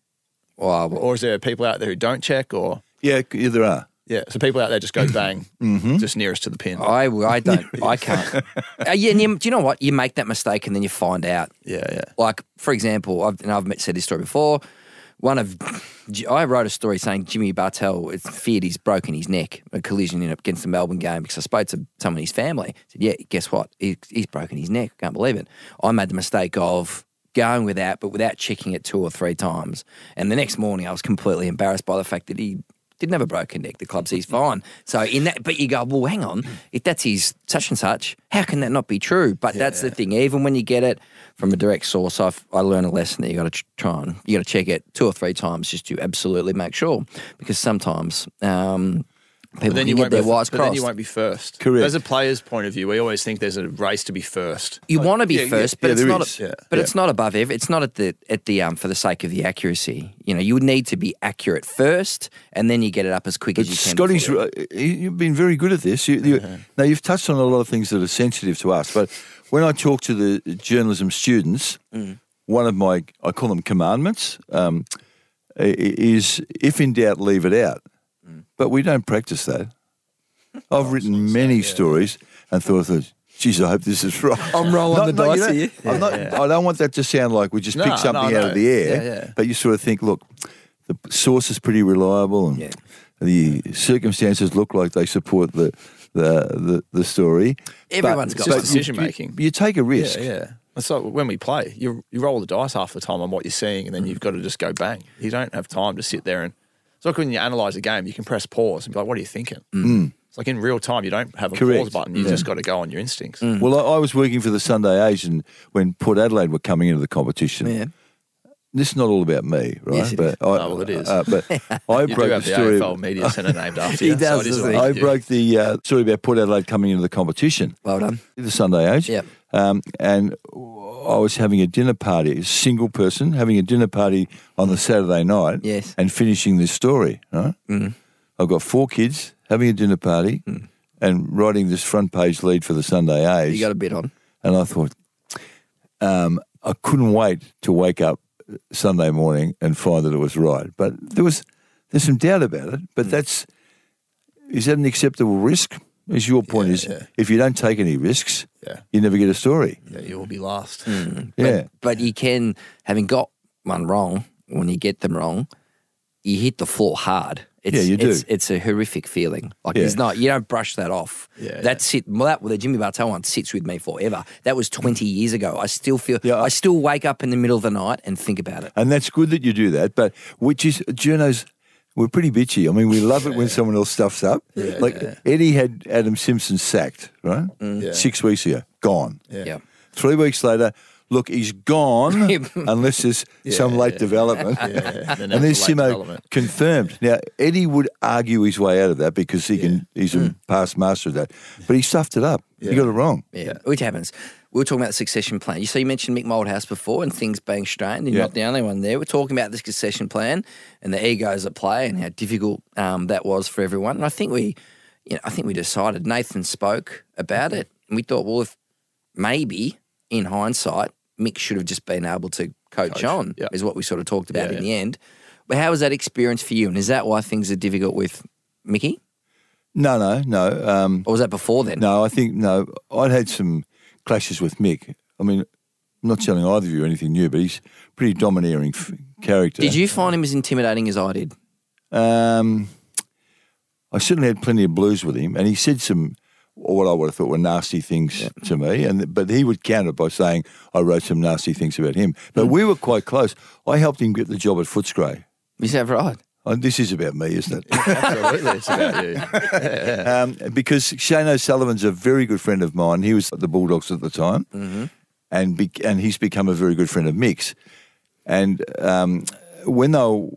B: Wow. well,
C: or is there people out there who don't check, or
D: Yeah, c- yeah, there are.
C: yeah? So people out there just go
D: Mm-hmm.
C: bang, just nearest to the pin.
B: I, I don't. I can't. Uh, yeah, and you, do you know what? You make that mistake and then you find out.
C: Yeah, yeah.
B: Like, for example, I've, and I've met- said this story before. One of, I wrote a story saying Jimmy Bartell is feared he's broken his neck, a collision in against the Melbourne game, because I spoke to someone in his family. I said, yeah, guess what? He, he's broken his neck. Can't believe it. I made the mistake of going with that, but without checking it two or three times. And the next morning, I was completely embarrassed by the fact that he didn't have a broken neck. The club says fine. So in that, but you go, well, hang on. If that's his such and such, how can that not be true? But that's the thing. Even when you get it from a direct source, I've I learned a lesson that you got to tr- try and you got to check it two or three times just to absolutely make sure, because sometimes um, people can
C: Then you
B: get
C: won't
B: their
C: be,
B: wires
C: but then
B: crossed.
C: you won't be first.
D: Correct.
C: As a player's point of view, we always think there's a race to be first.
B: you want to be
D: yeah, yeah,
B: first, but
D: yeah,
B: it's
D: there
B: not.
D: is,
B: a-
D: yeah,
B: but
D: yeah.
B: it's not above ever. It's not at the at the um for the sake of the accuracy. You know, you need to be accurate first, and then you get it up as quick
D: But
B: as you can.
D: Scotty's,
B: before- Uh-huh.
D: r- you- you've been very good at this. You, you, Now, you've touched on a lot of things that are sensitive to us, but when I talk to the journalism students,
B: Mm.
D: one of my, I call them commandments, um, i- i- is if in doubt, leave it out.
B: Mm.
D: But we don't practice
B: (laughs)
D: that. I've written many stories and thought, geez, I hope this is right.
B: (laughs) I'm rolling
D: Not-
B: the
D: not- you
B: dice
D: don't-
B: here.
D: I'm not- I don't want that to sound like we just
C: No,
D: pick something
C: no,
D: out
C: no.
D: of the air,
C: Yeah, yeah.
D: but you sort of think, look, the source is pretty reliable and
B: Yeah.
D: the circumstances look like they support the the the, the story.
B: Everyone's
D: But-
B: got
D: but
B: some.
D: you-
C: Decision
D: you-
C: making.
D: You, take a risk.
C: Yeah, yeah. It's like when we play, you you roll the dice half the time on what you're seeing,
D: Mm-hmm.
C: and then you've got to just go bang. You don't have time to sit there and. It's like when you analyze a game, you can press pause and be like, "What are you thinking?" Mm. It's like in real time, you don't have a pause
D: Correct. Mm.
C: button. You just got to go on your instincts.
D: Well, I, I was working for the Sunday Age, and when Port Adelaide were coming into the competition,
B: Yeah.
D: this is not all about me, right?
B: Yes, it
D: but
B: is.
D: I,
C: Oh, well, it is.
D: Uh,
C: (laughs)
D: but I broke
C: You do
D: the
C: have the
D: story.
C: AFL media
D: (laughs)
C: centre named after
B: He
C: you.
B: does,
C: so it is
B: doesn't
C: all
B: he?
C: right.
D: I
C: Yeah.
D: broke the uh, story about Port Adelaide coming into the competition.
B: Well done.
D: the Sunday Age.
B: Yep.
D: Um, and I was having a dinner party, a single person having a dinner party on the Saturday night.
B: Yes.
D: And finishing this story, right? Mm. I've got four kids having a dinner party, and writing this front page lead for the Sunday Age.
B: You got a bit on.
D: And I thought, um, I couldn't wait to wake up Sunday morning and find that it was right. But there was there's some doubt about it.
C: Hmm.
D: But that's is that an acceptable risk? Is your point
C: Yeah,
D: is
C: yeah.
D: if you don't take any risks,
C: Yeah.
D: you never get a story.
C: Yeah, you will be last.
D: Yeah.
B: But you can, having got one wrong, when you get them wrong, you hit the floor hard. It's,
D: Yeah, you do.
B: It's, it's a horrific feeling. Like
D: Yeah.
B: it's not. You don't brush that off.
C: Yeah,
B: That's it. Well, that well, the Jimmy Bartel one sits with me forever. That was twenty years ago. I still feel.
D: Yeah, I-
B: I still wake up in the middle of the night and think about it.
D: And that's good that you do that. But which is, journos, we're pretty bitchy. I mean, we love it when someone else stuffs up. like Eddie had Adam Simpson sacked, right?
C: Mm. Yeah.
D: Six weeks ago, gone.
B: Yeah.
D: Three weeks later, look, he's gone
B: (laughs)
D: unless there's some late development.
C: Then
D: (laughs) And
C: that's
D: there's
C: late
D: Simo
C: development.
D: confirmed. Now Eddie would argue his way out of that because he can. He's a past master of that, but he stuffed it up. He got it wrong.
B: Hmm. Yeah, which happens. We were talking about the succession plan. You so you mentioned Mick Moldhouse before and things being strained. You're
D: Yeah.
B: not the only one there. We're talking about the succession plan and the egos at play and how difficult um, that was for everyone. And I think we, you know, I think we decided. Nathan spoke about it, and we thought, well, if maybe in hindsight, Mick should have just been able to coach, on.
C: yeah.
B: Is what we sort of talked about
C: Yeah,
B: in the end. But how was that experience for you? And is that why things are difficult with Mickey,
D: No, no, no. Um,
B: or was that before then?
D: No, I think no. I'd had some clashes with Mick. I mean, I'm not telling either of you anything new, but he's a pretty domineering f- character.
B: Did you find him as intimidating as I did?
D: Um, I certainly had plenty of blues with him, and he said some what I would have thought were nasty things to me, and but he would counter by saying I wrote some nasty things about him. But we were quite close. I helped him get the job at Footscray.
B: Is that right?
D: And this is about me, isn't it?
C: Absolutely, it's about
B: (laughs)
C: you.
D: um, because Shane O'Sullivan's a very good friend of mine. He was at the Bulldogs at the time, and be- and he's become a very good friend of Mick's. And um, when they were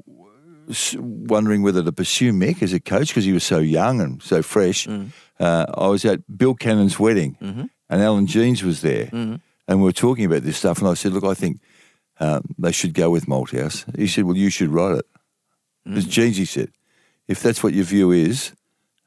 D: s- wondering whether to pursue Mick as a coach because he was so young and so fresh, uh, I was at Bill Cannon's wedding, and Alan Jeans was there, and we were talking about this stuff. And I said, "Look, I think um, they should go with Malthouse." He said, "Well, you should write it."
C: Hmm.
D: As Jeans, he said, "If that's what your view is."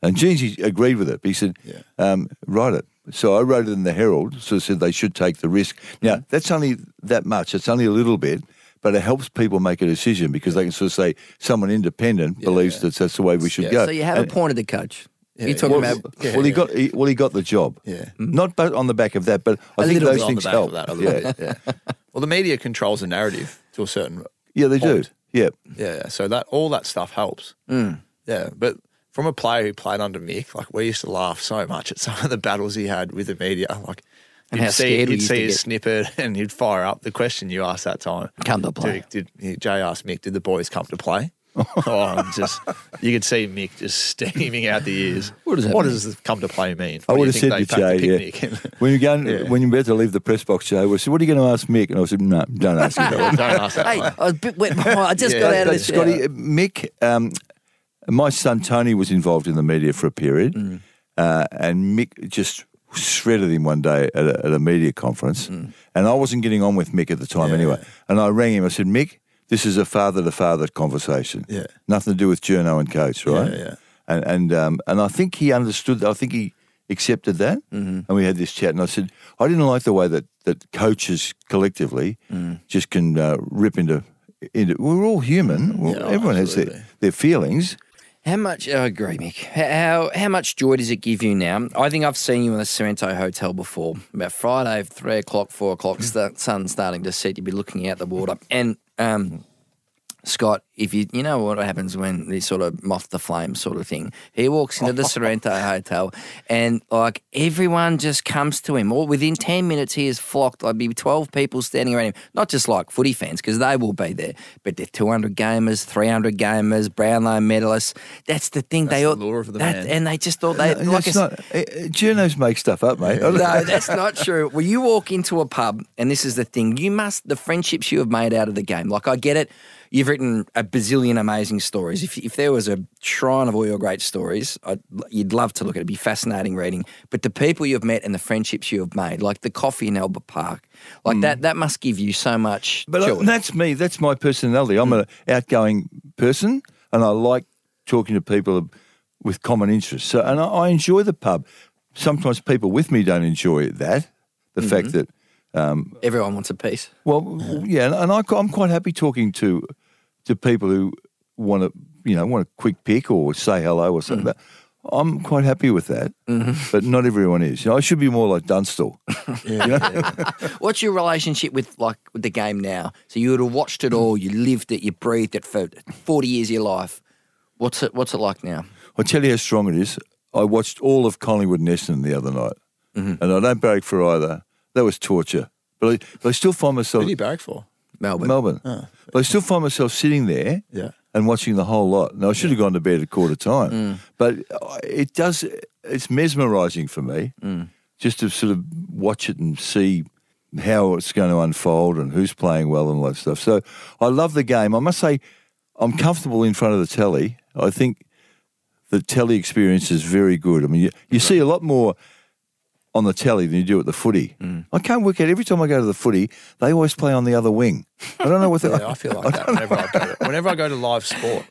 D: And Jeezy agreed with it. He said,
C: Yeah.
D: um, write it. So I wrote it in the Herald. So it said they should take the risk. Now, that's only that much. It's only a little bit, but it helps people make a decision because they can sort of say someone independent believes that that's the way we should
C: Yeah.
D: go.
B: So you have appointed a coach. You're talking
D: Uh, well,
B: about
C: Yeah,
D: well, he
C: yeah.
D: got he, well, he got the job.
C: Yeah.
D: Not but on the back of that, but I
B: A
D: think
B: little
D: those
B: bit
C: on
D: things
C: the back
D: help.
C: of that a little
D: yeah.
C: bit. Yeah. Well, the media controls the narrative to a certain.
D: yeah, they do.
C: Point.
D: Yeah,
C: Yeah, yeah. so that all that stuff helps.
B: Mm.
C: Yeah, but from a player who played under Mick, like we used to laugh so much at some of the battles he had with the media. Like,
B: And
C: you'd
B: how
C: see,
B: scared we
C: you'd
B: used to
C: see his
B: get.
C: snippet, (laughs) and he'd fire up the question you asked that time.
B: Come to play.
C: Did, did Jay asked Mick, "Did the boys come
B: (laughs)
C: to play?" oh, and just you could see Mick just steaming out the ears. What
B: does that
C: What
B: mean?
C: does "come to play" mean?
D: I
C: What do you
D: would have
C: think
D: said
C: they
D: to
C: packed a
D: Jay, yeah.
C: picnic? (laughs)
D: when you're going,
C: Yeah.
D: when you're about to leave the press box, Jay, I said, "What are you going to ask Mick?" And I said, "No, don't ask him." that one."
C: (laughs) Don't ask that
B: Hey,
C: one.
B: I was a bit wet behind. I just
C: Yeah.
B: got out of
D: But
B: this.
D: Scotty, Uh, Mick, um, my son Tony was involved in the media for a period,
C: Mm.
D: uh, and Mick just shredded him one day at a, at a media conference,
C: Mm.
D: and I wasn't getting on with Mick at the time anyway. And I rang him. I said, Mick, this is a father to father conversation.
C: Yeah.
D: nothing to do with Journo and Coates, right?
C: yeah.
D: And and um, and I think he understood. I think he accepted that,
C: Mm-hmm.
D: and we had this chat. And I said, I didn't like the way that that coaches collectively
C: Mm.
D: just can uh, rip into. Into, we're all human. Well,
C: Mm-hmm. Yeah,
D: everyone has
C: absolutely.
D: their, their feelings.
B: How much? I agree, Mick. How how much joy does it give you now? I think I've seen you in the Sorrento Hotel before. About Friday, three o'clock, four o'clock, st- sun starting to set. You'd be looking out the water. And um, Scott, if you you know what happens when this sort of moth the flame sort of thing, he walks
C: (laughs)
B: into the Sorrento Hotel, and like everyone just comes to him. Or within ten minutes, he is flocked. I'd be twelve people standing around him, not just like footy fans because they will be there, but they're two hundred gamers, three hundred gamers, Brownlow medalists. That's the thing. they
C: the
B: all
C: lure of the man.
B: and they just thought they
D: No,
B: like I
D: that's
B: said-
D: not, uh, uh, journos make stuff up,
C: (laughs)
D: mate. I don't-
B: no, that's not true. Well, you walk into a pub, and this is the thing. You must the friendships you have made out of the game. Like I get it. You've written a bazillion amazing stories. If, if there was a shrine of all your great stories, I'd, you'd love to look at it. It'd be fascinating reading. But the people you've met and the friendships you have made, like the coffee in Albert Park, like that, that must give you so much
D: But uh, I-
B: joy.
D: that's me. That's my personality. I'm an outgoing person, and I like talking to people with common interests. So, and I, I enjoy the pub. Sometimes people with me don't enjoy that. The fact that
B: Everyone wants a piece.
D: well, yeah, and- and I, am quite happy talking to to people who want to, you know, want a quick pick or say hello or something. I'm quite happy with that, but not everyone is. You know, I should be more like Dunstall.
B: What's your relationship with like with the game now? So you would have watched it all, you lived it, you breathed it for forty years of your life. What's it What's it like now?
D: I'll tell you how strong it is. I watched all of Collingwood and Essendon the other night,
C: Mm-hmm.
D: and I don't barrack for either. That was torture. But I, but I still find myself
C: Who do you barrack for?
B: Melbourne.
D: Melbourne. But I still find myself sitting there
C: Ah. Yeah.
D: and watching the whole lot. Now, I should have gone to bed at quarter time,
C: Mm.
D: but I- it does, it's mesmerizing for me
C: Mm.
D: just to sort of watch it and see how it's going to unfold and who's playing well and all that stuff. So I love the game. I must say, I'm comfortable in front of the telly. I think the telly experience is very good. I mean, you, you see a lot more on the telly than you do at the footy.
C: Mm.
D: I can't work out every time I go to the footy, they always play on the other wing. I don't know what they
C: (laughs) Yeah, I feel like that whenever I go. Whenever I go to live sport,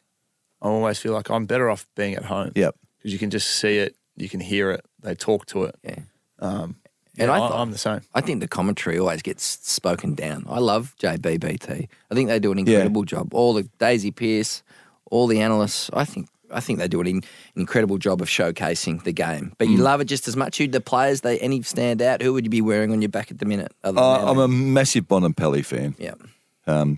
C: I always feel like I'm better off being at home.
D: Yep.
C: because you can just see it, you can hear it, they talk to it.
B: Yeah.
C: Um,
B: And
C: yeah,
B: I
C: I
B: thought-
C: I'm the same.
B: I think the commentary always gets spoken down. I love JBBT. I think they do an incredible job. All the Daisy Pierce, all the analysts. I think I think they do an in- incredible job of showcasing the game. But
D: Mm.
B: you love it just as much. Who the players? They any stand out? Who would you be wearing on your back at the minute? Other than
D: Uh, I'm
B: Manly?
D: a massive Bonampelli fan.
B: yeah.
D: Uh,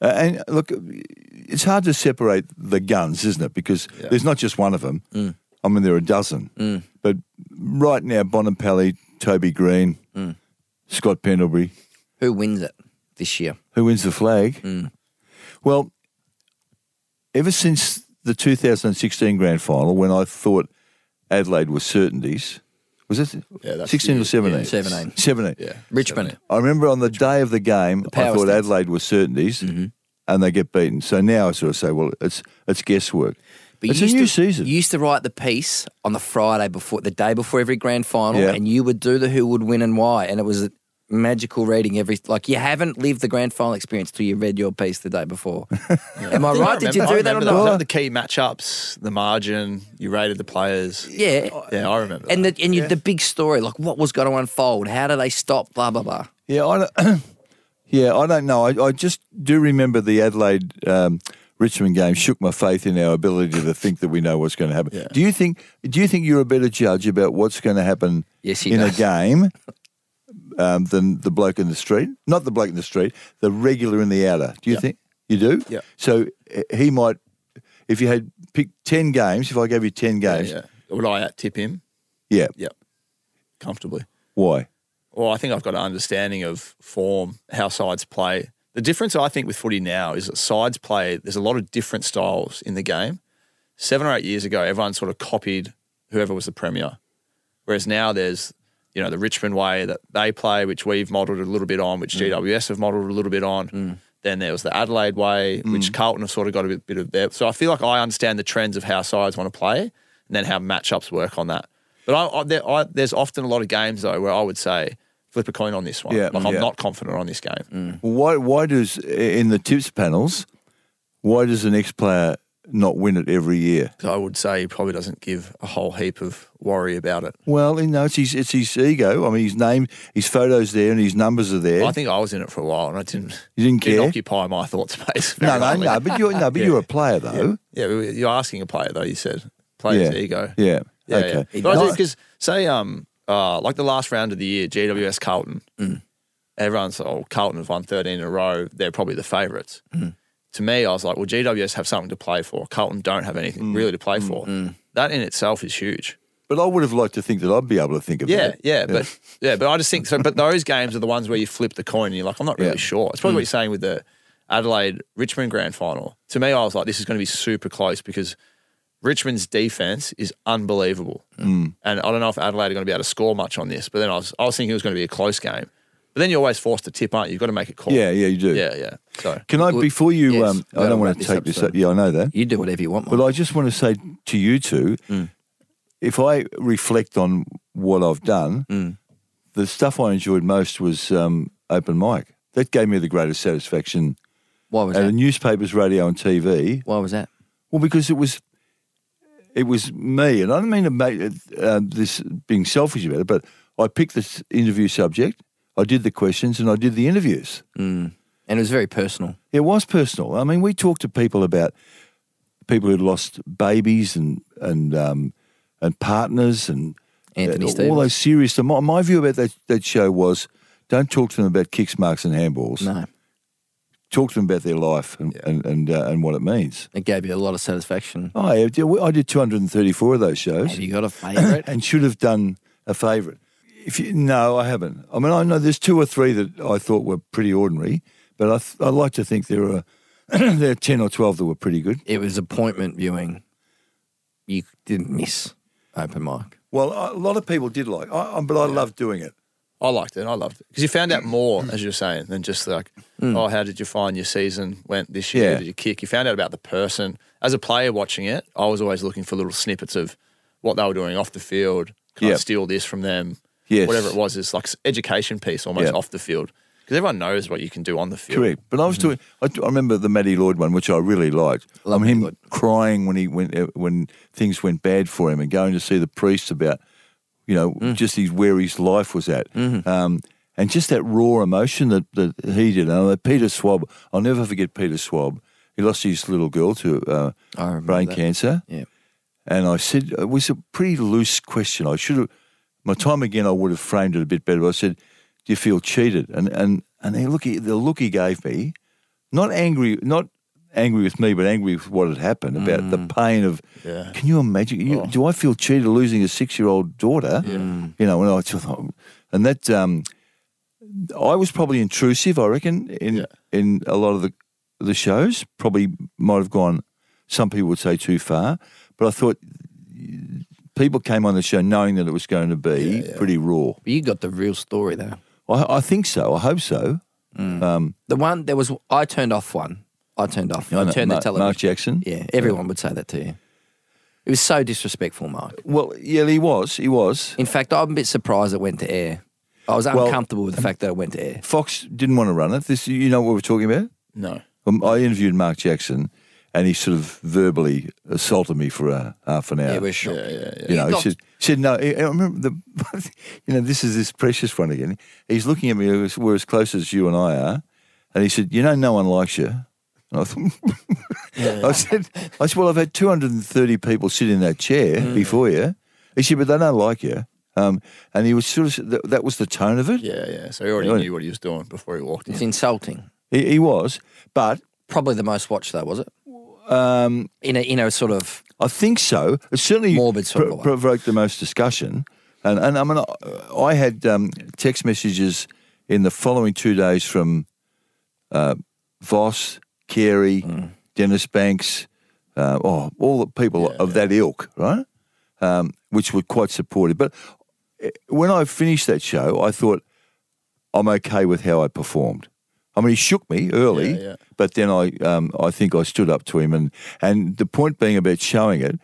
D: and look, it's hard to separate the guns, isn't it? Because there's not just one of them.
C: Mm.
D: I mean, there are a dozen. But right now, Bonampelli, Toby Green,
C: Mm.
D: Scott Pendlebury.
B: Who wins it this year?
D: Who wins the flag? Well, ever since the 2016 grand final, when I thought Adelaide was certainties, was it
C: Yeah, that's
D: 16 or
C: the-
D: 17?
C: yeah,
B: 17.
D: 17.
C: Yeah,
B: Richmond.
D: I remember on the day of the game, I
B: power
D: thought
B: stats.
D: Adelaide was certainties, and they get beaten. So now I sort of say, well, it's it's guesswork.
B: But
D: it's
B: you
D: a
B: used
D: new
B: to,
D: season.
B: You used to write the piece on the Friday before the day before every grand final,
D: Yeah.
B: and you would do the who would win and why, and it was a magical reading. Every like you haven't lived the grand final experience till you read your piece the day
D: (laughs)
B: before. Am I
C: I
B: right? Did you
C: remember-
B: do
C: I
B: that or
C: remember
B: not?
C: The key matchups, the margin, you rated the players.
B: Yeah.
C: Yeah, I remember.
B: And
C: that.
B: the and you, the big story, like what was going to unfold, how do they stop, blah blah blah.
D: yeah, I don't, (clears throat) yeah, I don't know. I, I just do remember the Adelaide um, Richmond game shook my faith in our ability to think that we know what's going to happen.
C: Yeah.
D: Do you think? Do you think you're a better judge about what's going to happen
B: Yes, he
D: in
B: does.
D: a game um, than the bloke in the street? Not the bloke in the street, the regular in the outer. Do you think you do?
C: Yeah.
D: So uh, he might. If you had picked ten games, if I gave you ten
C: yeah,
D: games,
C: yeah. Would I tip him?
D: Yeah.
C: Yep, comfortably.
D: Why?
C: Well, I think I've got an understanding of form, how sides play. The difference I think with footy now is that sides play, there's a lot of different styles in the game. Seven or eight years ago, everyone sort of copied whoever was the premier. Whereas now there's, you know, the Richmond way that they play, which we've modelled a little bit on,
D: Mm.
C: which GWS have modelled a little bit on. Then there was the Adelaide way,
D: Mm.
C: which Carlton have sort of got a bit, bit of there. So I feel like I understand the trends of how sides want to play and then how matchups work on that. But I, I, there, I, there's often a lot of games though where I would say flip a coin on this one.
D: Yeah,
C: like I'm
D: yeah. Mm.
C: not confident on this game.
D: Why? Why does in the tips panels? Why does an ex player not win it every year?
C: So I would say he probably doesn't give a whole heap of worry about it.
D: Well, you know, it's his, it's his ego. I mean, his name, his photos there, and his numbers are there.
C: I think I was in it for a while and I didn't,
D: You didn't care?
C: occupy my thought (laughs) space. very
D: no, no,
C: lightly.
D: no. But you're no, but
C: (laughs)
D: you're a player though.
C: Yeah, we were- you're asking a player though. You said player's ego.
D: Yeah.
C: yeah
D: okay.
C: Yeah. But I
D: No,
C: do because say um uh like the last round of the year, GWS Carlton.
D: Mm.
C: Everyone's oh Carlton have won thirteen in a row. They're probably the favourites.
D: Mm.
C: To me, I was like, well, GWS have something to play for. Carlton don't have anything
D: Mm.
C: really to play for. That in itself is huge.
D: but I would have liked to think that I'd be able to think of
C: Yeah,
D: that.
C: yeah, but yeah, but I just think so. But those games are the ones where you flip the coin and you're like, I'm not really
D: Yeah. Mm.
C: sure. It's probably what you're saying with the Adelaide Richmond grand final. To me, I was like, this is going to be super close because Richmond's defense is unbelievable,
D: Mm.
C: and I don't know if Adelaide are going to be able to score much on this. But then I was, I was thinking it was going to be a close game. But then you're always forced to tip, aren't you? You've got to make a call.
D: Yeah, yeah, you do.
C: yeah, yeah. So
D: Can I before you?
B: yes,
D: um,
B: we'll
D: I don't
B: wrap
D: want to
B: this
D: take
B: up
D: this.
B: soon.
D: Up. Yeah, I know that.
B: You do whatever you want. Mate.
D: But I just want to say to you two,
B: Mm.
D: if I reflect on what I've done,
B: Mm.
D: the stuff I enjoyed most was um, open mic. That gave me the greatest satisfaction.
B: Why was
D: And the
B: that?
D: newspapers, radio, and TV.
B: Why was that?
D: Well, because it was it was me, and I don't mean to make it, uh, this being selfish about it, but I picked this interview subject, I did the questions, and I did the interviews.
B: And it was very personal.
D: It was personal. I mean, we talked to people about people who'd lost babies and and um, and partners and
B: Anthony
D: and all
B: Stevens.
D: those serious. My, my view about that that show was, don't talk to them about kicks, marks, and handballs.
B: No,
D: Talk to them about their life and and and, uh, and what it means.
B: it gave you a lot of satisfaction.
D: Oh, I did, I did 234 of those shows
B: Have you
D: (laughs)
B: got a favourite?
D: and should have done a favourite. If you, no, I haven't. I mean, I know there's two or three that I thought were pretty ordinary, but I, th- I like to think there are (clears throat) there are ten or twelve that were pretty good.
B: it was appointment viewing. You didn't miss open mic.
D: Well, a lot of people did like, I, I- but I love doing it.
C: I liked it. and I loved it because you found out more, as you were saying, than just like, oh, how did you find your season went this year?
D: Mm. Yeah.
C: Did you kick? You found out about the person. As a player watching it, I was always looking for little snippets of what they were doing off the field. Can I
D: Yep.
C: steal this from them?
D: Yes.
C: Whatever it was, it's like s- education piece almost
D: Yep.
C: off the field because everyone knows what you can do on the field.
D: Correct. But I
B: Mm-hmm.
D: was doing. I, I remember the Matty Lloyd one, which I really liked. I mean, him crying when he went uh, when things went bad for him, and going to see the priest about, you know,
B: Mm.
D: just his where his life was at,
B: Mm-hmm.
D: um, and just that raw emotion that, that he did. And uh, Peter Swab, I'll never forget Peter Swab. He lost his little girl to uh,
B: I remember
D: brain
B: that.
D: cancer.
B: Yeah.
D: And I said, it was a pretty loose question. I should have, my time again, I would have framed it a bit better. But I said, do you feel cheated? And and and the look, he, the look he gave me, not angry, not angry with me, but angry with what had happened about the pain of.
C: Yeah.
D: Can you imagine? You, Do I feel cheated losing a six-year-old daughter? You know, and I just thought, and that um, I was probably intrusive. I reckon in
C: Yeah.
D: in a lot of the the shows, probably might have gone. Some people would say too far, but I thought people came on the show knowing that it was going to be pretty raw.
B: But you got the real story though.
D: I, I think so. I hope so. Um,
B: The one there was, I turned off one. I turned off. I,
D: know,
B: turned
D: Ma-
B: the television.
D: Mark Jackson.
B: Yeah, everyone would say that to you. It was so disrespectful, Mark.
D: Well, yeah, he was. He was.
B: In fact, I'm a bit surprised it went to air. I was
D: Well-
B: uncomfortable with the fact that it went to air.
D: Fox didn't want to run it. This, you know, what we're talking about.
C: No.
D: Um, I interviewed Mark Jackson, and he sort of verbally assaulted me for a half an hour.
B: It was shocking.
C: Yeah, yeah, yeah.
D: You know,
B: got-
D: he said, said no. I I remember the, (laughs) you know, this is this precious one again. He's looking at me. We're as- we're as close as you and I are, and he said, "You know, no one likes you." And I thought, (laughs) I said, "I said, well, I've had 230 people sit in that chair before you." He said, "But they don't like you." Um, and he was sort of that, that was the tone of it.
C: Yeah, yeah. So he already knew what he was doing before he walked in.
B: It's insulting.
D: He, he was, but
B: Probably the most watched though, was it?
D: um,
B: In a in a sort of
D: I think so. It certainly
B: Morbid sort of
D: pro-
B: one.
D: provoked the most discussion. And, and I mean, I, I had um, text messages in the following two days from uh, Voss, Carey,
B: Mm.
D: Dennis Banks, uh, oh, all the people of that ilk, right? Um, which were quite supportive. But eh, when I finished that show, I thought, I'm okay with how I performed. I mean, he shook me early,
C: Yeah, yeah.
D: but then I, um, I think I stood up to him. And, and the point being about showing it,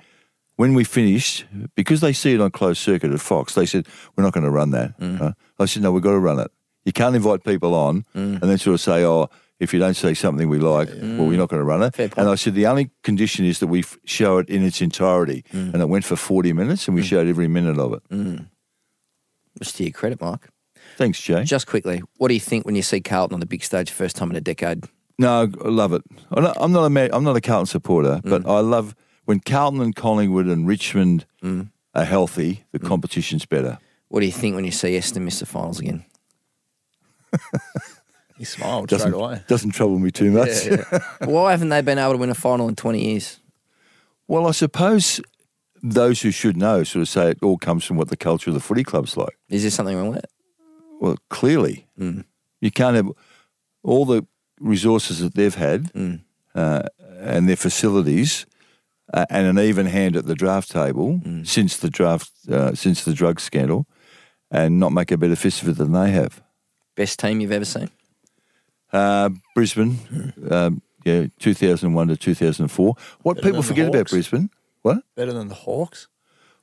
D: when we finished, because they see it on closed circuit at Fox, they said, We're not going to run that.
C: Mm.
D: Right? I said, No, we've got to run it. You can't invite people on
C: Mm.
D: and then sort of say, Oh, if you don't say something we like, well, we're not going to run it. And I said, The only condition is that we f- show it in its entirety.
C: Mm.
D: And it went for 40 minutes and we showed every minute of it.
B: which to your credit, Mark.
D: Thanks, Jay.
B: Just quickly, what do you think when you see Carlton on the big stage first time in a decade?
D: No, I love it. I'm not, I'm not a Ma- I'm not a Carlton supporter,
C: Mm.
D: but I love when Carlton and Collingwood and Richmond
C: Mm.
D: are healthy. The competition's better.
B: What do you think when you see Eston miss the finals again?
C: He smiled
D: Doesn't
C: straight away.
D: doesn't trouble me too much.
C: Yeah, yeah.
B: Why haven't they been able to win a final in 20 years?
D: (laughs) well, I suppose those who should know sort of say it all comes from what the culture of the footy club's like.
B: Is there something wrong with it?
D: Well, clearly,
C: Hmm.
D: you can't have all the resources that they've had
C: Hmm.
D: uh, and their facilities uh, and an even hand at the draft table
C: Hmm.
D: since the draft uh, since the drug scandal, and not make a better fist of it than they have.
B: Best team you've ever seen?
D: Uh, Brisbane, um, yeah, two thousand one to two thousand four. What
C: Hmm. Better
D: people
C: than the
D: forget about
C: Hawks.
D: Brisbane? What?
C: Better than the Hawks.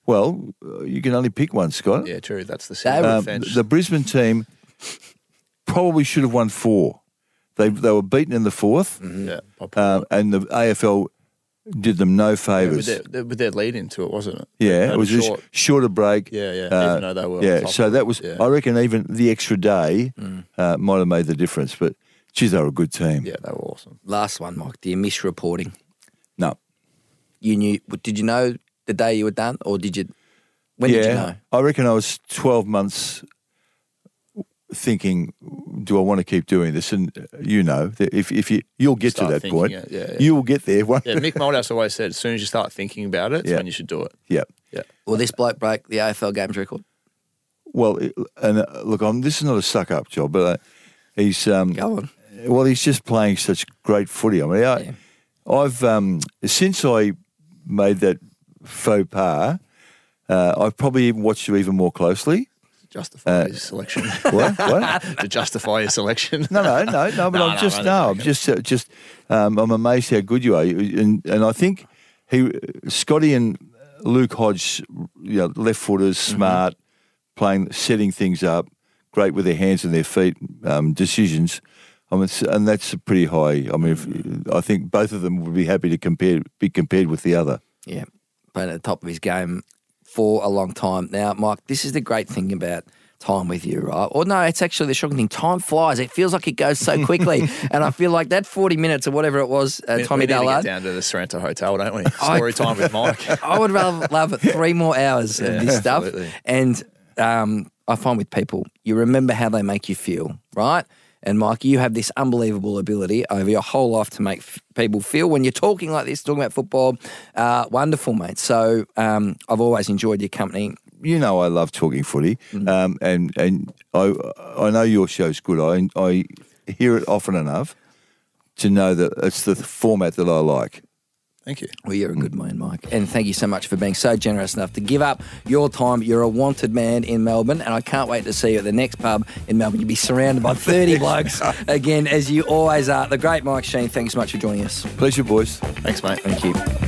D: Well, uh, you can only pick one, Scott.
C: Yeah, true. That's the
B: They
C: secret
B: were-
D: Um,
C: offense.
D: the Brisbane team probably should have
C: Mm.
D: won four. They they were beaten in the fourth,
C: yeah, by
D: um, and the AFL did them no
C: Yeah,
D: favours.
C: with, their, with their lead into it, wasn't it? They
D: Yeah,
C: had
D: it was
C: a
D: just
C: short-
D: shorter break. Uh,
C: Yeah, Uh, yeah, even though they were on
D: Yeah,
C: top
D: so
C: of
D: that
C: it,
D: was.
C: yeah. Mm.
D: I reckon even the extra day uh, might have made the difference. But geez, they were a good team.
C: yeah, they were awesome.
B: Last one, Mike. Do you miss reporting?
D: No.
B: You knew? Did you know the day you were done, or did you? When
D: yeah,
B: did you know?
D: I reckon I was twelve months thinking, do I want to keep doing this? And uh, you know, that if if you you'll get
C: Start
D: to that
C: thinking
D: point,
C: it, yeah, yeah.
D: you'll get there. (laughs) One,
C: Yeah, Mick Moldhouse always said, as soon as you start thinking about it, it's
D: Yeah.
C: when you should do it.
D: yeah.
C: Yeah,
B: Will this bloke break the AFL games record?
D: Well, it- and uh, look, I'm, this is not a suck up job, but uh, he's um,
B: Go on.
D: Well, he's just playing such great footy. I mean, I, I've um, since I made that faux pas, uh, I've probably even watched you even more closely.
C: justify your (laughs) selection.
D: What? what?
C: to justify your selection.
D: No, no, no, no. But
C: No,
D: I'm
C: no,
D: just
C: I
D: no.
C: don't
D: I'm just uh, just. Um, I'm amazed how good you are, You- and and I think he, Scotty and Luke Hodge, you know, left footers, smart, playing, setting things up, great with their hands and their feet, um, decisions. I mean, it's- and that's a pretty high. I mean, if, I think both of them would be happy to compare, be compared with the other.
B: Yeah, playing at the top of his game for a long time. Now, Mike, this is the great thing about time with you, right? Or no, it's actually the shocking thing. Time flies. It feels like it goes so (laughs) quickly, and I feel like that forty minutes or whatever it was, uh,
C: (laughs) We-
B: Tommy
C: we need to get
B: Dallard.
C: down to the Sorrento Hotel, don't we? Story time (laughs) with Mike.
B: I would rather love three more hours of this stuff.
C: absolutely.
B: And um, I find with people, you remember how they make you feel, right? And Mike, you have this unbelievable ability over your whole life to make f- people feel when you're talking like this, talking about football. Uh, wonderful, mate. So um, I've always enjoyed your company.
D: you know I love talking footy, um, and and I I know your show's good. I I hear it often enough to know that it's the format that I like.
C: Thank you.
B: Well, you're a good man, Mike. And thank you so much for being so generous enough to give up your time. You're a wanted man in Melbourne, and I can't wait to see you at the next pub in Melbourne. You'll be surrounded by
C: (laughs)
B: 30 blokes again, as you always are. The great Mike Sheen, thanks so much for joining us.
D: Pleasure, boys.
C: Thanks, mate.
B: Thank you.